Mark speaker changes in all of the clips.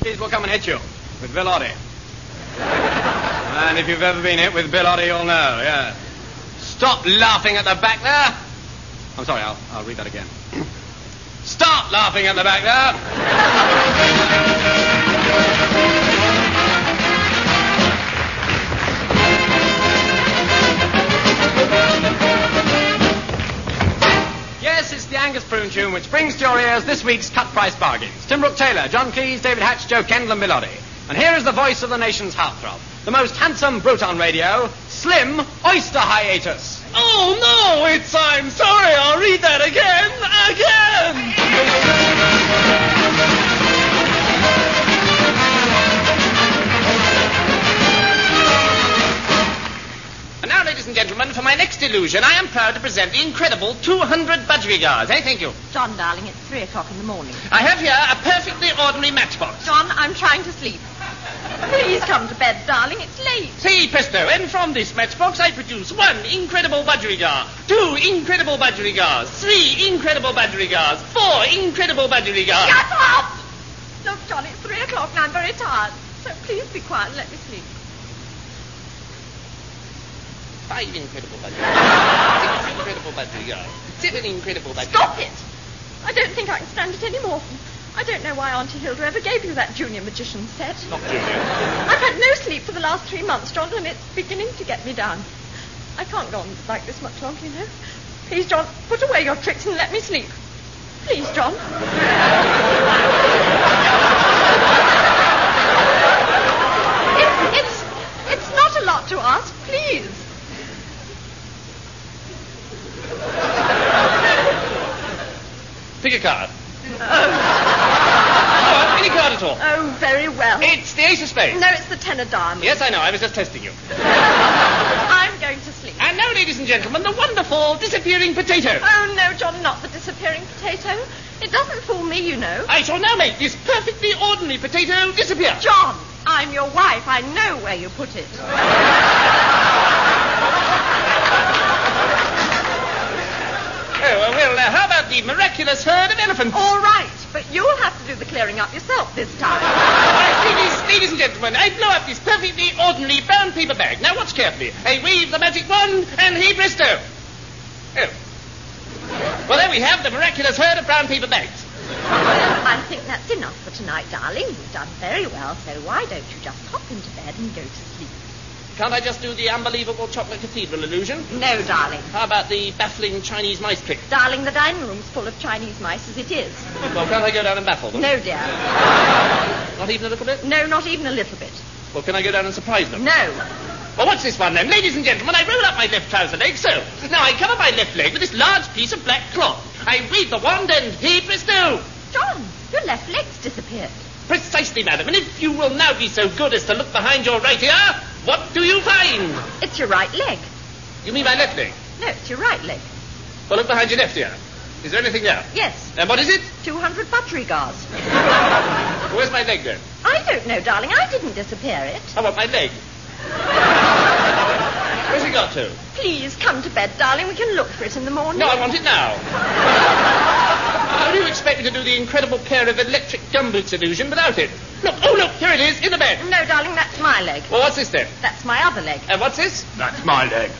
Speaker 1: Police will come and hit you with Bill Oddie. and if you've ever been hit with Bill Oddie, you'll know, yeah. Stop laughing at the back there. I'm sorry, I'll, I'll read that again. Stop laughing at the back there. Yes, it's the Angus Prune tune, which brings to your ears this week's cut price bargains. Tim Brooke Taylor, John Cleese, David Hatch, Joe Kendall, and Bill Oddie. And here is the voice of the nation's heartthrob, the most handsome brute on radio, Slim Oyster Hiatus. Oh no, it's I'm sorry, I'll read that again, again. And now, ladies and gentlemen, for my next illusion, I am proud to present the incredible 200 budgerigards. Hey, thank you.
Speaker 2: John, darling, it's three o'clock in the morning.
Speaker 1: I have here a perfectly ordinary matchbox.
Speaker 2: John, I'm trying to sleep. Please come to bed, darling. It's late.
Speaker 1: See, presto, and from this matchbox I produce one incredible budgerigar, two incredible budgerigars, three incredible budgerigars, four incredible budgerigars.
Speaker 2: Shut up! Look, John, it's three o'clock and I'm very tired. So please be quiet and let me sleep.
Speaker 1: Five incredible budgerigars, six incredible budgerigars, seven incredible budgerigars.
Speaker 2: Stop it! I don't think I can stand it any more. I don't know why Auntie Hilda ever gave you that junior magician set.
Speaker 1: Not Junior.
Speaker 2: I've had no sleep for the last three months, John, and it's beginning to get me down. I can't go on like this much longer, you know. Please, John, put away your tricks and let me sleep. Please, John. it's, it's, it's not a lot to ask, please.
Speaker 1: Pick a card. Oh, any card at all.
Speaker 2: Oh, very well.
Speaker 1: It's the ace of spades.
Speaker 2: No, it's the ten of diamonds.
Speaker 1: Yes, I know. I was just testing you.
Speaker 2: I'm going to sleep.
Speaker 1: And now, ladies and gentlemen, the wonderful disappearing potato.
Speaker 2: Oh, no, John, not the disappearing potato. It doesn't fool me, you know.
Speaker 1: I shall now make this perfectly ordinary potato disappear.
Speaker 2: John, I'm your wife. I know where you put it.
Speaker 1: Oh, uh, well, uh, how about the miraculous herd of elephants?
Speaker 2: All right, but you'll have to do the clearing up yourself this time.
Speaker 1: Right, ladies, ladies and gentlemen, I blow up this perfectly ordinary brown paper bag. Now, watch carefully. I wave the magic wand, and he presto. Oh. Well, there we have the miraculous herd of brown paper bags.
Speaker 2: I think that's enough for tonight, darling. You've done very well, so why don't you just hop into bed and go to sleep?
Speaker 1: Can't I just do the unbelievable chocolate cathedral illusion?
Speaker 2: No, darling.
Speaker 1: How about the baffling Chinese mice trick?
Speaker 2: Darling, the dining room's full of Chinese mice as it is.
Speaker 1: Well, can't I go down and baffle them?
Speaker 2: No, dear.
Speaker 1: Not even a little bit?
Speaker 2: No, not even a little bit.
Speaker 1: Well, can I go down and surprise them?
Speaker 2: No.
Speaker 1: Well, what's this one then? Ladies and gentlemen, I roll up my left trouser leg so. Now I cover my left leg with this large piece of black cloth. I wave the wand and he presto.
Speaker 2: John, your left leg's disappeared.
Speaker 1: Precisely, madam. And if you will now be so good as to look behind your right ear, what do you find?
Speaker 2: It's your right leg.
Speaker 1: You mean my left leg?
Speaker 2: No, it's your right leg.
Speaker 1: Well, look behind your left ear. Is there anything there?
Speaker 2: Yes,
Speaker 1: And what is it?
Speaker 2: 200 budgerigars.
Speaker 1: Where's my leg then?
Speaker 2: I don't know, darling. I didn't disappear it.
Speaker 1: I want my leg. Where's it got to?
Speaker 2: Please come to bed, darling. We can look for it in the morning.
Speaker 1: No, I want it now. How do you expect me to do the incredible pair of electric gumboots illusion without it? Look, oh look, here it is, in the bed.
Speaker 2: No, darling, that's my leg.
Speaker 1: Well, what's this then?
Speaker 2: That's my other leg.
Speaker 1: And Uh, what's this?
Speaker 3: That's my leg.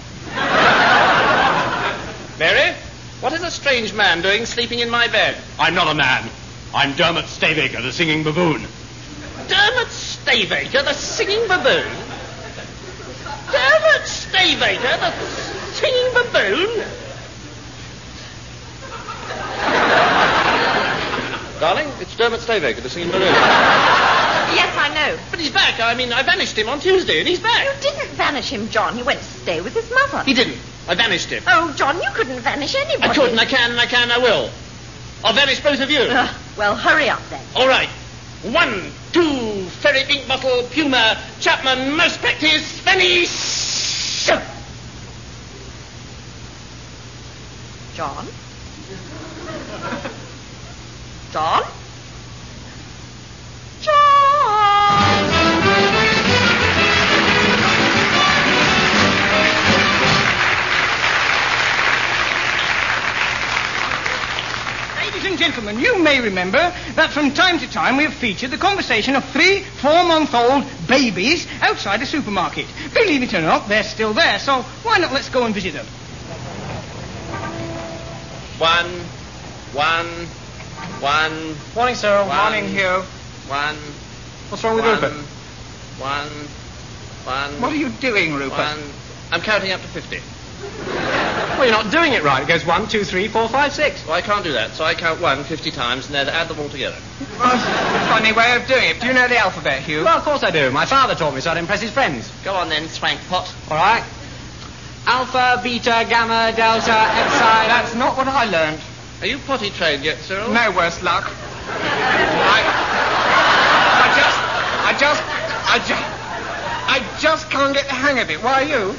Speaker 1: Mary, what is a strange man doing sleeping in my bed?
Speaker 3: I'm not a man. I'm Dermot Stavaker, the singing baboon.
Speaker 1: Dermot Stavaker, the singing baboon. Dermot Stavaker, the singing baboon. Darling, it's Dermot Stavaker, the singing baboon.
Speaker 2: Yes, I know.
Speaker 1: But he's back. I mean, I banished him on Tuesday, and he's
Speaker 2: You
Speaker 1: back.
Speaker 2: didn't vanish him, John. He went to stay with his mother.
Speaker 1: He didn't. I banished him.
Speaker 2: Oh, John, you couldn't vanish anybody.
Speaker 1: I could, and I can, and I can, and I will. I'll vanish both of you.
Speaker 4: Ah.
Speaker 2: Ugh, well, hurry up then.
Speaker 1: All right. One, two, Ferry Pink Bottle, Puma, Chapman, Most Practice, Fanny, Shoot.
Speaker 2: John? John? John!
Speaker 5: Ladies and gentlemen, you may remember that that from time to time we have featured the conversation of three four-month-old babies outside a supermarket. Believe it or not, they're still there, so why not let's go and visit them?
Speaker 1: One, one, one.
Speaker 6: Morning, Cyril.
Speaker 1: One.
Speaker 6: Morning, Hugh.
Speaker 1: One.
Speaker 6: What's wrong with
Speaker 1: one,
Speaker 6: Rupert?
Speaker 1: One. One.
Speaker 6: What are you doing, Rupert?
Speaker 1: One. I'm counting up to 50. well, you're not doing it right. It goes one, two, three, four, five, six. Well, I can't do that, so I count one 50 times and then add them all together.
Speaker 6: Funny way of doing it. Do you know the alphabet, Hugh?
Speaker 1: Well, of course I do. My father taught me so to impress his friends.
Speaker 4: Go on then, Swankpot.
Speaker 1: All right. Alpha, beta, gamma, delta, epsilon.
Speaker 6: That's not what I learned.
Speaker 1: Are you potty trained yet, Cyril?
Speaker 6: No worse luck. I, I just, I just, I just, I just can't get the hang of it. Why you?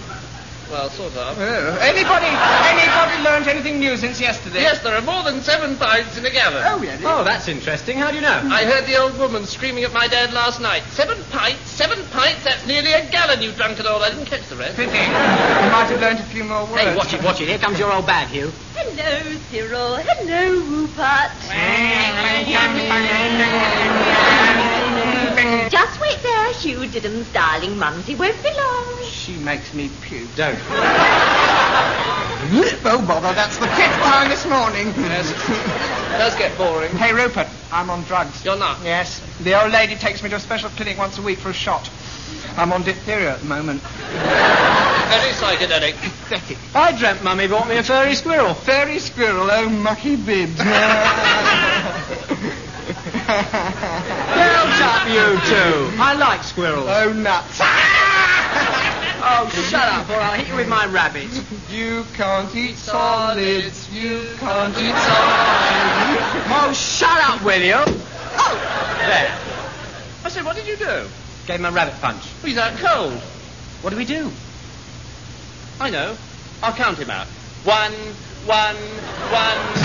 Speaker 1: Well, sort of.
Speaker 6: Oh.
Speaker 5: Anybody?
Speaker 6: Anybody learned anything new since yesterday?
Speaker 4: Yes, there are more than seven pints in a gallon.
Speaker 6: Oh, really?
Speaker 1: Oh, that's interesting. How do you know?
Speaker 4: I heard the old woman screaming at my dad last night. Seven pints? Seven pints? That's nearly a gallon, you drunken old. I didn't catch the rest.
Speaker 6: Pity. You might have learned a few more words.
Speaker 1: Hey, watch it, watch it. Here comes your old bag, Hugh.
Speaker 2: Hello, Cyril. Hello, Rupert. Just wait there, Hugh Didum's darling mumsy won't be long.
Speaker 6: She makes me puke.
Speaker 1: Don't.
Speaker 6: Oh, bother, that's the fifth time this morning.
Speaker 4: It does get boring.
Speaker 6: Hey, Rupert, I'm on drugs.
Speaker 4: You're not.
Speaker 6: Yes. The old lady takes me to a special clinic once a week for a shot. I'm on diphtheria at the moment.
Speaker 4: Very psychedelic.
Speaker 6: Pathetic.
Speaker 1: I dreamt Mummy bought me a furry squirrel.
Speaker 6: Fairy squirrel, oh, mucky bibs.
Speaker 1: Belt up, you two. I like squirrels.
Speaker 6: oh, nuts.
Speaker 1: Oh, shut up, or I'll hit you with my rabbit.
Speaker 6: You can't eat solids. You can't eat
Speaker 1: Oh, shut up, will you? Oh, there.
Speaker 4: I said, what did you do?
Speaker 1: Gave him a rabbit punch.
Speaker 4: He's out cold.
Speaker 1: What do we do?
Speaker 4: I know. I'll count him out. One, one, one.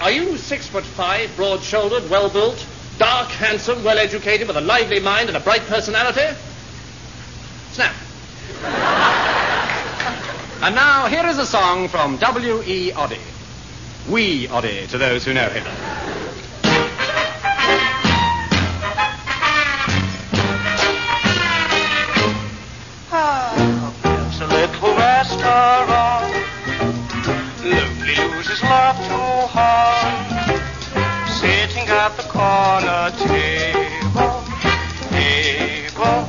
Speaker 4: Are you six foot five, broad shouldered, well built, dark, handsome, well educated, with a lively mind and a bright personality? Snap.
Speaker 1: And now, here is a song from W.E. Oddie. We Oddie, to those who know him.
Speaker 7: There's a little restaurant. Lonely loses love too hard. Sitting at the corner table, able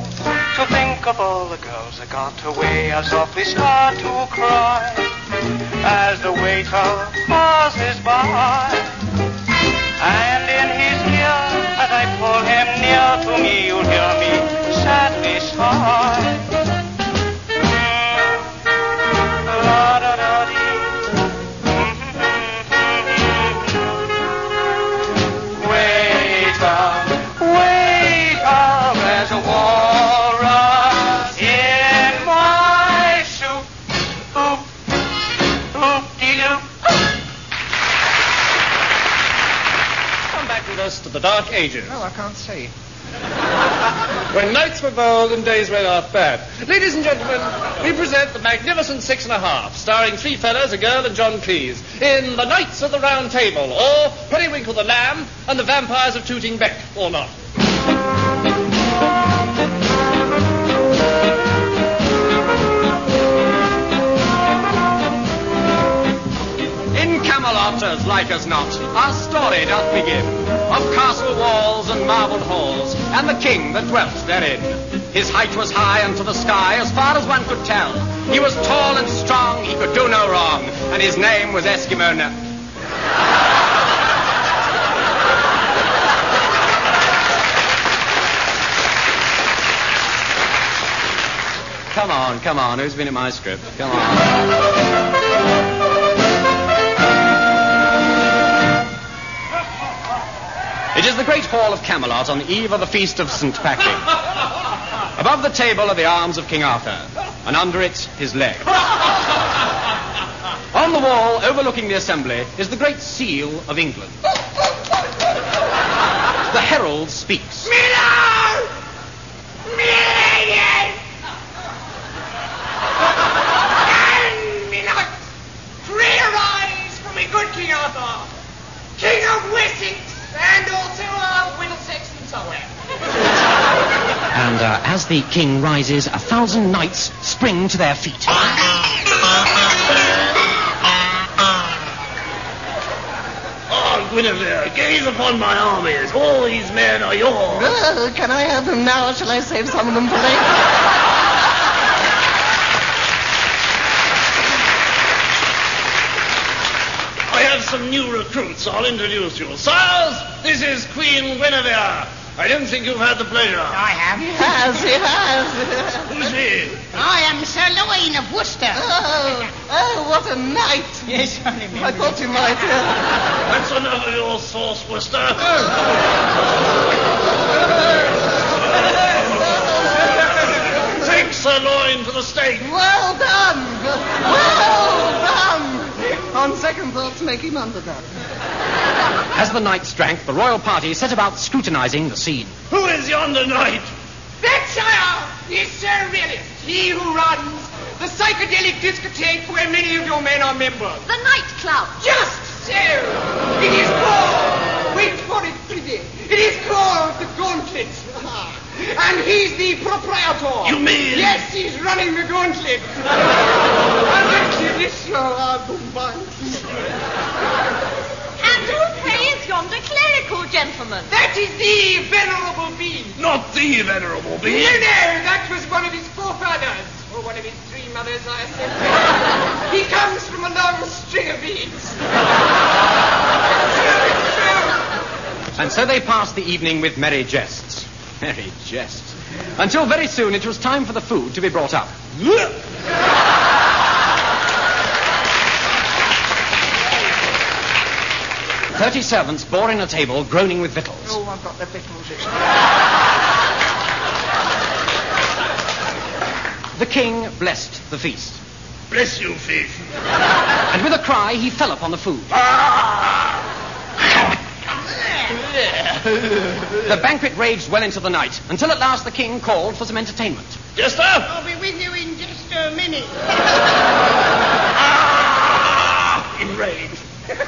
Speaker 7: to think of all the girls that got away. I softly start to cry as the waiter passes by. And in his ear, as I pull him near to me, you'll hear me sadly sigh.
Speaker 4: Come back with us to the Dark Ages.
Speaker 6: Oh, I can't see.
Speaker 4: When nights were bold and days were not bad. Ladies and gentlemen, we present the magnificent six and a half, starring three fellas, a girl, and John Cleese, in The Knights of the Round Table, or Periwinkle the Lamb and the Vampires of Tooting Beck, or not.
Speaker 1: In Camelot, as like as not, our story doth begin of castle walls and marble halls, and the king that dwelt therein. His height was high unto the sky, as far as one could tell. He was tall and strong, he could do no wrong, and his name was Eskimo Nut. Come on, come on. Who's been at my script? Come on. It is the great hall of Camelot on the eve of the feast of St. Patrick. Above the table are the arms of King Arthur, and under it his leg. on the wall, overlooking the assembly, is the great seal of England. the herald speaks.
Speaker 8: And uh, as the king rises, a thousand knights spring to their feet.
Speaker 1: Ah, Oh, Guinevere, gaze upon my armies. All these men are yours.
Speaker 3: Oh, can I have them now, or shall I save some of them for later?
Speaker 1: I have some new recruits. I'll introduce you. Sires, this is Queen Guinevere. I don't think you've had the pleasure. I
Speaker 9: have.
Speaker 3: He has, he has.
Speaker 1: Who's he?
Speaker 9: I am Sir Lewin of Worcester.
Speaker 3: Oh, oh, what a night.
Speaker 9: Yes, I remember.
Speaker 3: I thought you might. uh,
Speaker 1: That's enough of your sauce, Worcester. Take sirloin for the steak.
Speaker 3: Well done. Well done. On second thoughts, make him underdone.
Speaker 8: As the knights drank, the royal party set about scrutinizing the scene.
Speaker 1: Who is yonder knight?
Speaker 6: That sire is Sir Relius, he who runs the psychedelic discotheque where many of your men are members.
Speaker 10: The nightclub.
Speaker 6: Just so. It is called, wait for it, Freddy, it is called the Gauntlet. Ah. And he's the proprietor.
Speaker 1: You mean-
Speaker 6: Yes, he's running the Gauntlet. and the Commissioner are the ones.
Speaker 10: And who pays yonder clerical gentleman?
Speaker 6: That is the venerable being.
Speaker 1: Not the venerable
Speaker 6: No, no,
Speaker 1: being.
Speaker 6: that was one of his forefathers. Or one of his three mothers, I suppose. he comes from a long string of beings.
Speaker 11: And so they passed the evening with merry jests. Merry jests. Until very soon it was time for the food to be brought up. Thirty servants bore in a table groaning with victuals.
Speaker 3: Oh, I've got the victuals.
Speaker 8: The king blessed the feast.
Speaker 1: Bless you, thief.
Speaker 8: And with a cry, he fell upon the food.
Speaker 1: Ah!
Speaker 8: the banquet raged well into the night, until at last the king called for some entertainment.
Speaker 1: Jester!
Speaker 9: I'll be with you in just a minute.
Speaker 1: Ah! Enraged.
Speaker 10: Tell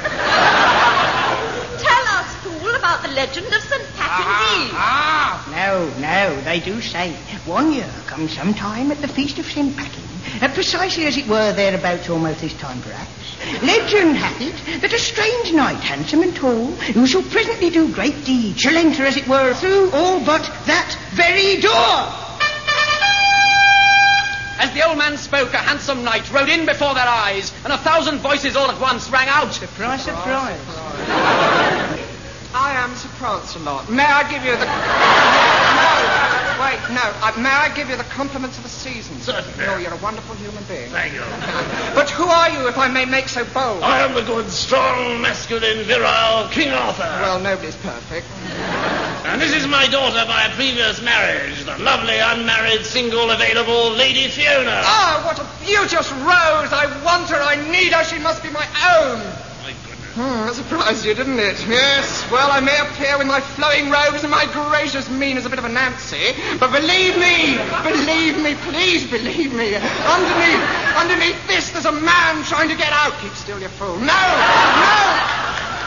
Speaker 10: us, fool, about the legend of St. Patrick's Eve.
Speaker 2: Ah, no, no, they do say one year comes sometime at the Feast of St. Patrick, uh, precisely as it were thereabouts almost this time perhaps, legend hath it that a strange knight, handsome and tall, who shall presently do great deeds, shall enter as it were through all but that very door.
Speaker 11: As the old man spoke, a handsome knight rode in before their eyes, and a thousand voices all at once rang out.
Speaker 2: Surprise, surprise.
Speaker 6: I am Sir Lancelot. May I give you the... No, wait, no. Uh, may I give you the compliments of the season?
Speaker 1: Certainly.
Speaker 6: No, you're a wonderful human being.
Speaker 1: Thank you.
Speaker 6: But who are you, if I may make so bold?
Speaker 1: I am the good, strong, masculine, virile King Arthur.
Speaker 6: Well, nobody's perfect.
Speaker 1: and this is my daughter by a previous marriage, the lovely, unmarried, single, available Lady Fiona.
Speaker 6: Ah, what a beauteous rose! I want her, I need her, she must be my own!
Speaker 1: My goodness.
Speaker 6: Hmm, that surprised you, didn't it? Yes, well, I may appear with my flowing robes and my gracious mien as a bit of a Nancy, but believe me, believe me, please believe me, underneath, underneath this there's a man trying to get out. Keep still, you fool. No, no,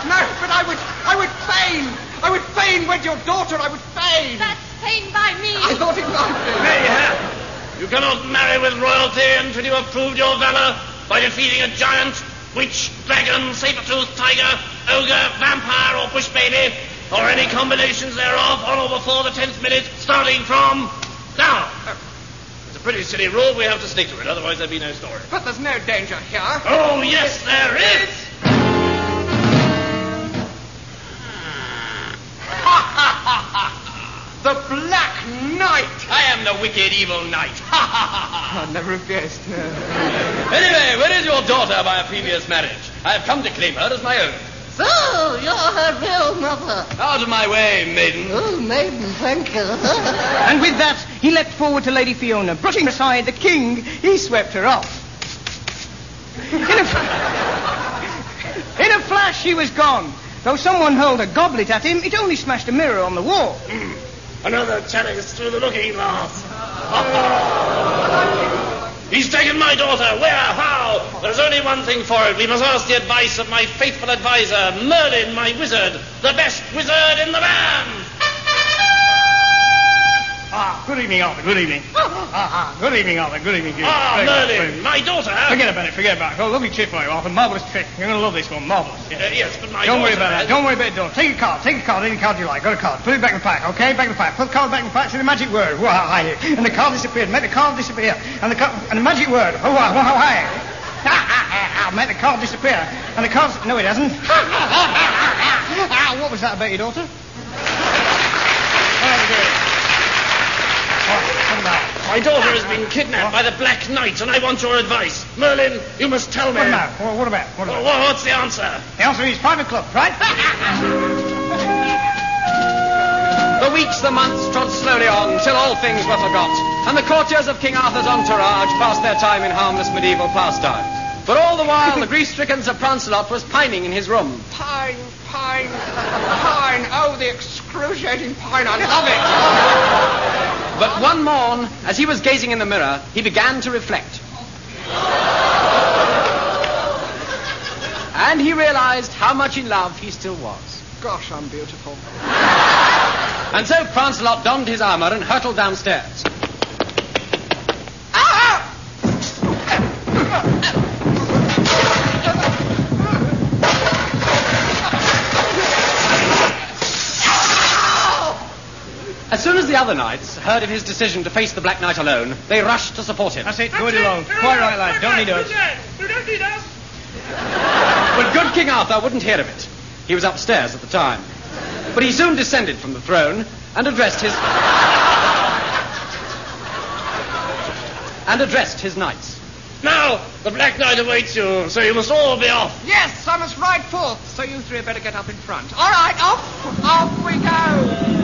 Speaker 6: no, but I would, I would fain, I would fain wed your daughter, I would fain.
Speaker 10: That's pain by me.
Speaker 2: Ah.
Speaker 6: I thought it might be.
Speaker 1: Mayhap. You cannot marry with royalty until you have proved your valor by defeating a giant, witch, dragon, saber-toothed tiger, ogre, vampire, or bush baby, or any combinations thereof on or before the tenth minute, starting from now. It's a pretty silly rule. We have to stick to it, otherwise there'd be no story.
Speaker 6: But there's no danger here.
Speaker 1: Oh, yes, there is.
Speaker 6: The Black Knight!
Speaker 1: I am the wicked, evil knight.
Speaker 6: I never guessed.
Speaker 1: anyway, where is your daughter by a previous marriage? I have come to claim her as my own.
Speaker 3: So, Oh, you're her real mother.
Speaker 1: Out of my way, maiden.
Speaker 3: Oh, maiden, thank you.
Speaker 2: And with that, he leapt forward to Lady Fiona. Brushing aside the king, he swept her off. In a, in a flash, she was gone. Though someone hurled a goblet at him, it only smashed a mirror on the wall.
Speaker 1: Another chalice through the looking glass. He's taken my daughter. Where? How? There's only one thing for it. We must ask the advice of my faithful advisor, Merlin, my wizard, the best wizard in the land.
Speaker 3: Ah, good evening, Arthur. Good evening. ah, ah, good evening, Arthur. Good evening, you.
Speaker 12: Ah,
Speaker 3: Very good, very
Speaker 12: Merlin,
Speaker 3: good.
Speaker 12: my daughter.
Speaker 3: Forget about it, forget about it. Oh, lovely trick for you, Arthur. Marvellous trick. You're going to love this one. Marvellous.
Speaker 12: Uh, yes, but my
Speaker 3: Don't
Speaker 12: daughter.
Speaker 3: worry about that. Don't worry about it, Dawes. Take a card. Take a card. Any card you like. Got a card. Put it back in the pack, okay? Back in the pack. Put the card back in the pack. Say the magic word. Wah, hi. And the card disappeared. Make the card disappear. And the, card, and the magic word. Wah, wah, wah, hi. Ah, ah, ah, ah. Make the card disappear. And the card... No, it hasn't. Ah, ah, ah, ah, ah, ah. What was that about your daughter?
Speaker 12: My daughter has been kidnapped by the Black Knight, and I want your advice. Merlin, you must tell me.
Speaker 3: What about? What what about? What
Speaker 12: Wha-
Speaker 3: about?
Speaker 12: wha- What's the answer?
Speaker 3: The answer is private club, right?
Speaker 1: The weeks, the months trod slowly on till all things were forgot, and the courtiers of King Arthur's entourage passed their time in harmless medieval pastimes. But all the while, the grief-stricken Sir Prancelot was pining in his room.
Speaker 6: Pine, pine, pine. Oh, the excruciating pine. I love it.
Speaker 1: But one morn, as he was gazing in the mirror, he began to reflect. and he realized how much in love he still was.
Speaker 6: Gosh, I'm beautiful.
Speaker 1: And so Prancelot donned his armor and hurtled downstairs. As soon as the other knights heard of his decision to face the Black Knight alone, they rushed to support him.
Speaker 3: That's it. Go it alone. Quite right, lad. Don't need us.
Speaker 12: You don't need us.
Speaker 1: But good King Arthur wouldn't hear of it. He was upstairs at the time. But he soon descended from the throne and addressed his. and addressed his knights.
Speaker 12: Now, the Black Knight awaits you, so you must all be off.
Speaker 6: Yes, I must ride forth, so you three had better get up in front. All right, off, off we go.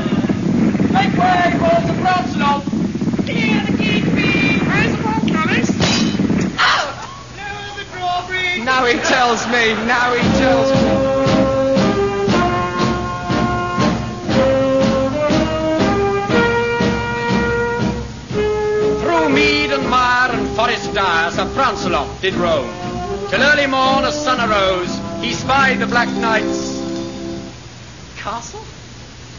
Speaker 6: Make way for the Prancelot. Clear the keep Where's the ball, Thomas?
Speaker 13: the drawbridge.
Speaker 6: Now he tells me, now he tells me.
Speaker 1: Through mead and mire and forest dire, Sir Prancelot did roam. Till early morn, as sun arose, he spied the Black Knight's
Speaker 6: Castle?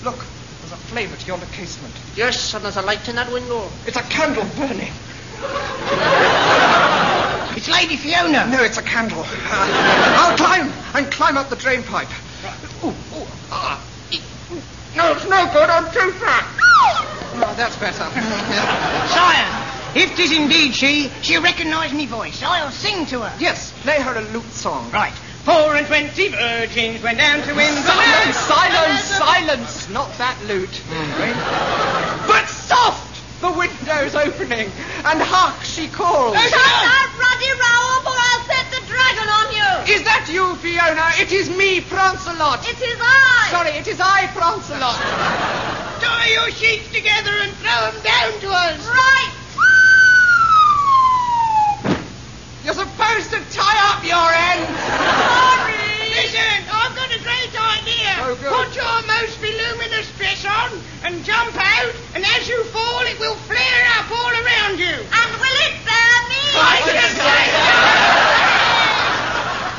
Speaker 6: Look, there's a flame at yonder casement.
Speaker 13: Yes, and there's a light in that window.
Speaker 6: It's a candle burning.
Speaker 5: It's Lady Fiona.
Speaker 6: No, it's a candle. Uh, I'll climb and climb up the drain pipe. Ooh, ooh, ah. ee, ooh. No, it's no good. I'm too fat. Oh, that's better.
Speaker 5: Sire, if 'tis indeed she, she'll recognise me voice. I'll sing to her.
Speaker 6: yes, play her a lute song.
Speaker 5: Right. Four and twenty virgins went down to win the world.
Speaker 6: Silence, silence, silence. Not that lute. But soft! The window's opening, and hark, she calls.
Speaker 13: Shut up, Roddy Rowell, or I'll set the dragon on you.
Speaker 6: Is that you, Fiona? It is me, Prancelot.
Speaker 13: It is I.
Speaker 6: Sorry, it is I, Prancelot.
Speaker 13: Tie your sheets together and throw them down to us. Right.
Speaker 6: You're supposed to tie up your ends.
Speaker 13: Sorry. Listen, I've got a great idea.
Speaker 6: Oh, good.
Speaker 13: Put your most voluminous dress on and jump out, and as you fall, it will flare up all around you. And will it burn me?
Speaker 12: I can say.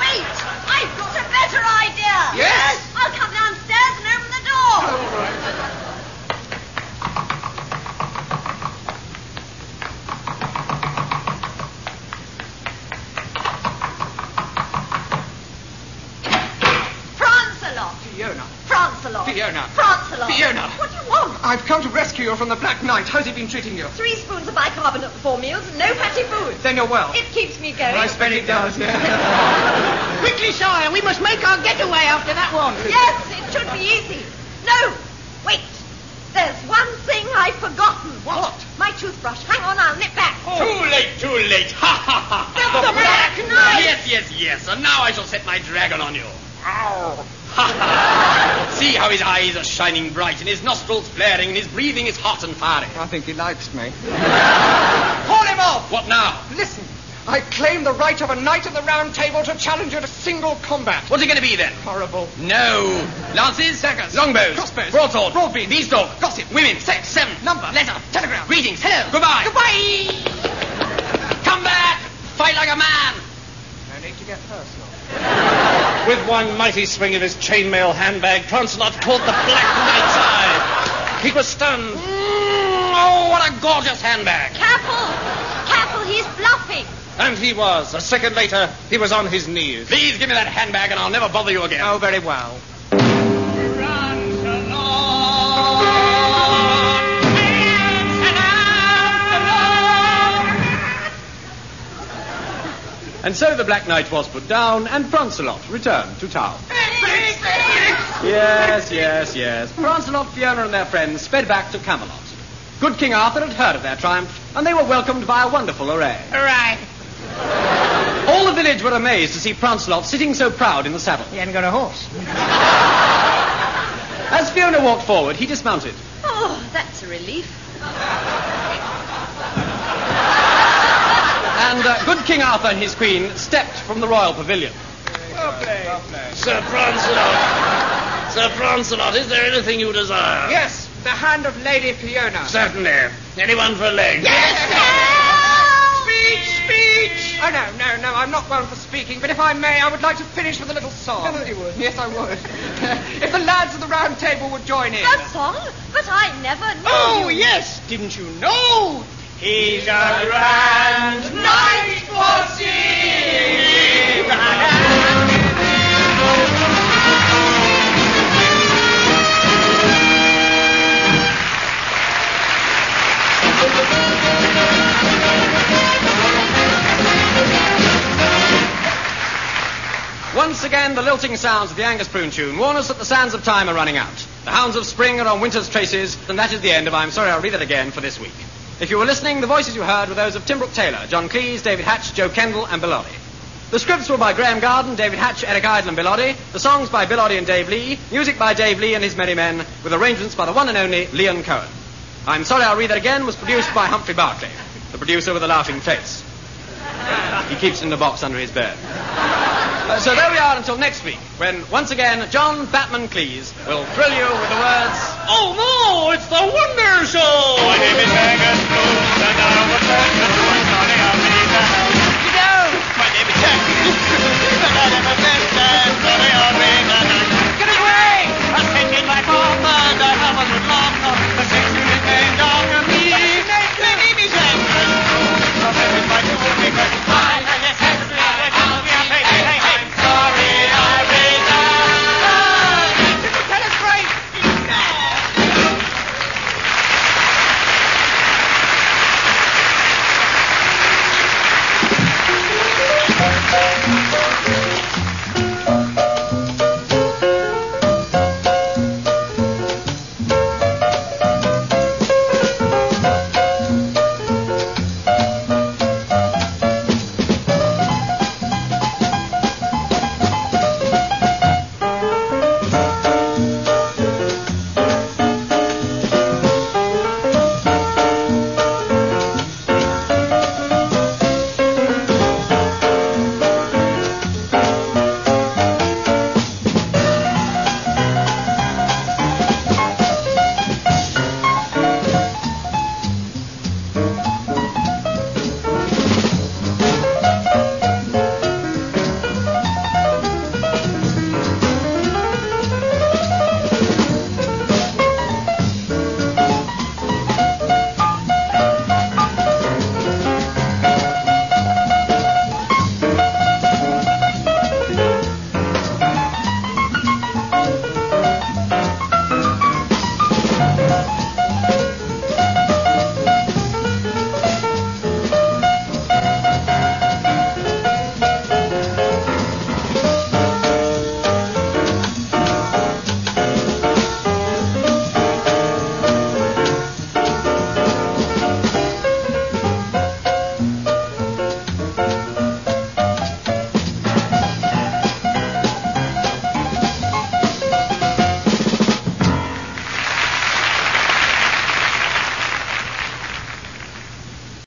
Speaker 13: Wait, I've got a better idea.
Speaker 6: Yes?
Speaker 13: I'll come downstairs and open the door. Prancelot.
Speaker 6: Fiona,
Speaker 13: Prancelot.
Speaker 6: Fiona.
Speaker 13: Prancelot.
Speaker 6: Fiona.
Speaker 13: What do you want?
Speaker 6: I've come to rescue you from the Black Knight. How's he been treating you?
Speaker 2: Three spoons of bicarbonate before meals and no fatty food.
Speaker 6: Then you're well.
Speaker 2: It keeps me going.
Speaker 6: I bet it does, yeah.
Speaker 13: Quickly, Sire, we must make our getaway after that one.
Speaker 2: Yes, it should be easy. No, wait. There's one thing I've forgotten. What? My toothbrush. Hang on, I'll nip back.
Speaker 1: Oh.
Speaker 12: Too late, too late. Ha ha ha.
Speaker 2: That's the Black Knight.
Speaker 12: Yes, yes, yes. And now I shall set my dragon on you. Ow. Ha ha. See how his eyes are shining bright and his nostrils flaring and his breathing is hot and fiery.
Speaker 6: I think he likes me. Haul him off!
Speaker 12: What now?
Speaker 6: Listen, I claim the right of a knight of the round table to challenge you to single combat.
Speaker 12: What's it going to be then?
Speaker 6: Horrible.
Speaker 12: No. Lances? Daggers. Longbows.
Speaker 6: Crossbows.
Speaker 12: Broadsword.
Speaker 6: Broadbeam.
Speaker 12: Bees dog.
Speaker 6: Gossip.
Speaker 12: Women. Sex. Seven.
Speaker 6: Number.
Speaker 12: Letter.
Speaker 6: Telegram.
Speaker 12: Greetings. Hello. Goodbye. Goodbye. Come back. Fight like a man.
Speaker 6: No need to get personal.
Speaker 4: With one mighty swing of his chainmail handbag, Prancelot caught the Black Knight's eye. He was stunned. Mm, Oh, what a gorgeous handbag!
Speaker 14: Careful! Careful, he's bluffing.
Speaker 4: And he was. A second later, he was on his knees. Please give me that handbag and I'll never bother you again. Oh, very well.
Speaker 1: And so the Black Knight was put down, and Francelot returned to town. Yes, yes, yes. Francelot, Fiona, and their friends sped back to Camelot. Good King Arthur had heard of their triumph, and they were welcomed by a wonderful array.
Speaker 15: Right.
Speaker 1: All the village were amazed to see Francelot sitting so proud in the saddle.
Speaker 5: He hadn't got a horse.
Speaker 1: As Fiona walked forward, he dismounted.
Speaker 14: Oh, that's a relief.
Speaker 1: And uh, good King Arthur and his queen stepped from the royal pavilion.
Speaker 12: Sir Francelot. Sir Francelot, is there anything you desire?
Speaker 6: Yes, the hand of Lady Fiona.
Speaker 12: Certainly. Anyone for a leg?
Speaker 6: Speech, speech! Oh, no, no, no, I'm not one for speaking, but if I may, I would like to finish with a little song. you would. Yes, I would. if the lads of the round table would join in.
Speaker 14: A song? But I never knew.
Speaker 6: Oh,
Speaker 14: you.
Speaker 6: yes, didn't you know? He's a
Speaker 13: grand knight for
Speaker 1: Once again, the lilting sounds of the Angus Prune tune warn us that the sands of time are running out. The hounds of spring are on winter's traces, and that is the end of I'm Sorry I'll Read It Again for this week. If you were listening, the voices you heard were those of Tim Brooke Taylor, John Cleese, David Hatch, Joe Kendall, and Bilotti. The scripts were by Graham Garden, David Hatch, Eric Idle, and Bilotti. The songs by Bilotti and Dave Lee. Music by Dave Lee and his merry men, with arrangements by the one and only Leon Cohen. I'm Sorry I'll Read That Again was produced by Humphrey Barclay, the producer with a laughing face. He keeps it in a box under his bed. Uh, so there we are until next week, when once again John Batman Cleese will thrill you with the words.
Speaker 12: Oh no, it's the Wonder Show! My name is Angus Bruce, and I'm a